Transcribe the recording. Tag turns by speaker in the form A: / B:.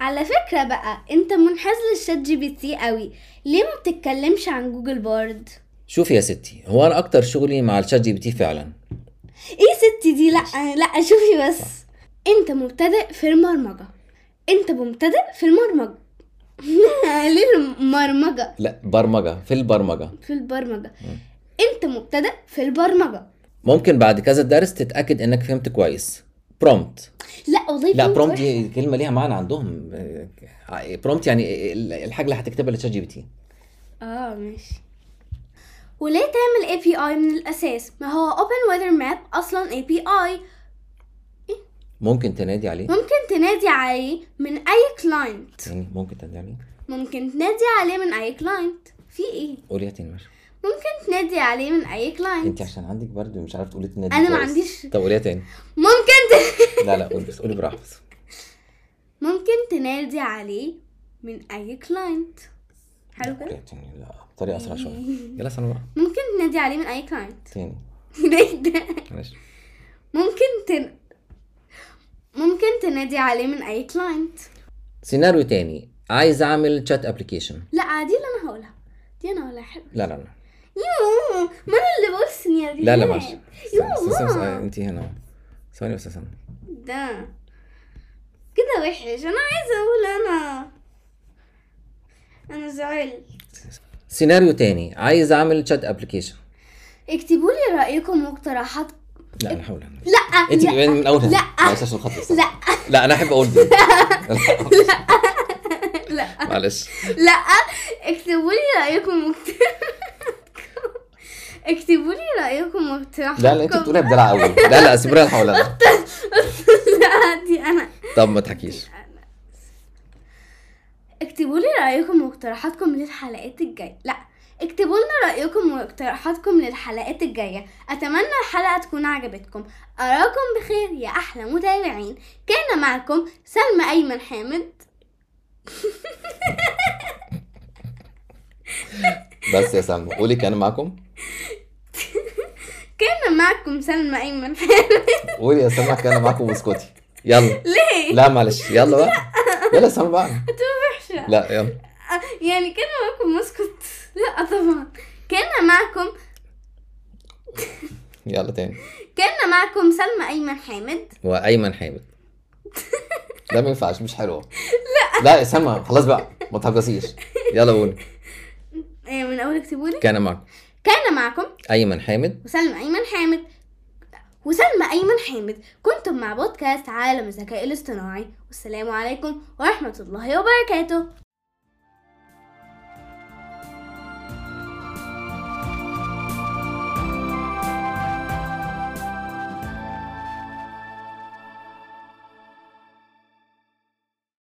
A: على فكرة بقى انت منحاز للشات جي بي تي قوي ليه ما بتتكلمش عن جوجل بارد
B: شوفي يا ستي هو انا اكتر شغلي مع الشات جي بي تي فعلا
A: ايه ستي دي لا لا شوفي بس انت مبتدئ في المرمجة انت مبتدئ في المرمجة ليه المرمجة
B: لا برمجه في البرمجه
A: في البرمجة انت مبتدئ في البرمجة
B: ممكن بعد كذا درس تتاكد انك فهمت كويس برومت
A: لا والله
B: لا
A: فهمت
B: برومت
A: وحش.
B: دي كلمه ليها معنى عندهم برومت يعني الحاجه اللي هتكتبها للشات جي بي تي
A: اه ماشي وليه تعمل اي بي اي من الاساس ما هو اوبن ويذر ماب اصلا اي بي اي
B: ممكن تنادي عليه
A: ممكن تنادي عليه من اي كلاينت
B: يعني ممكن تنادي عليه
A: ممكن تنادي عليه من اي كلاينت في ايه
B: قوليها تاني ماشي
A: ممكن تنادي عليه من اي كلاينت
B: انت عشان عندك برد مش عارف تقولي تنادي
A: انا ما
B: كويس.
A: عنديش
B: طب قوليها تاني
A: ممكن ت...
B: لا لا قولي بس قولي براحتك
A: ممكن تنادي عليه من اي كلاينت حلو كده
B: قوليها تاني لا بطريقه اسرع شويه يلا سنة بقى
A: ممكن تنادي عليه من اي كلاينت
B: تاني
A: ليه ده
B: ماشي
A: ممكن تن... ممكن تنادي عليه من اي كلاينت
B: سيناريو تاني عايز اعمل شات ابلكيشن
A: لا دي اللي انا هقولها دي انا هقولها حلو
B: لا لا لا
A: يوه ما انا اللي بقول سيناريوهات
B: لا لا معلش
A: يوه
B: استنى، استنى، استنى، انت هنا ثواني بس استنى
A: ده كده وحش انا عايزه اقول انا انا زعلت
B: سيناريو تاني عايز اعمل شات ابلكيشن
A: اكتبوا لي رايكم واقتراحات
B: لا انا هحاول اعمل
A: لا
B: انت
A: لا
B: من اول
A: لا.
B: معلش عشان خاطري استنى.
A: لا
B: لا انا احب اقول دي
A: لا
B: معلش
A: لا اكتبوا لي رايكم واقتراحاتكم اكتبوا لي رايكم واقتراحاتكم
B: لا لا انت بتقولها بدلع قوي لا لا سيبوني انا هحاول أنا.
A: لا دي انا
B: طب ما تحكيش
A: اكتبوا لي رايكم واقتراحاتكم للحلقات الجايه لا اكتبوا لنا رايكم واقتراحاتكم للحلقات الجايه اتمنى الحلقه تكون عجبتكم اراكم بخير يا احلى متابعين كان معكم سلمى ايمن حامد
B: بس يا سلمى قولي كان معاكم
A: كان معكم سلمى ايمن حامد
B: قولي يا سلمى كان معاكم واسكتي يلا
A: ليه
B: لا معلش يلا بقى يلا يا سلمى بقى
A: وحشه
B: لا يلا
A: أه، يعني كان معكم اسكت لا طبعا كان معكم
B: يلا تاني
A: كان معكم سلمى ايمن حامد
B: وايمن حامد لا ما ينفعش مش حلوه لا لا يا سلمى خلاص بقى ما تهجسيش يلا قولي
A: إيه، من اول اكتبوا لي
B: كان معكم
A: كان معكم
B: ايمن حامد
A: وسلمى أيمن حامد وسلمى أيمن حامد كنتم مع بودكاست عالم الذكاء الاصطناعي والسلام عليكم ورحمة الله وبركاته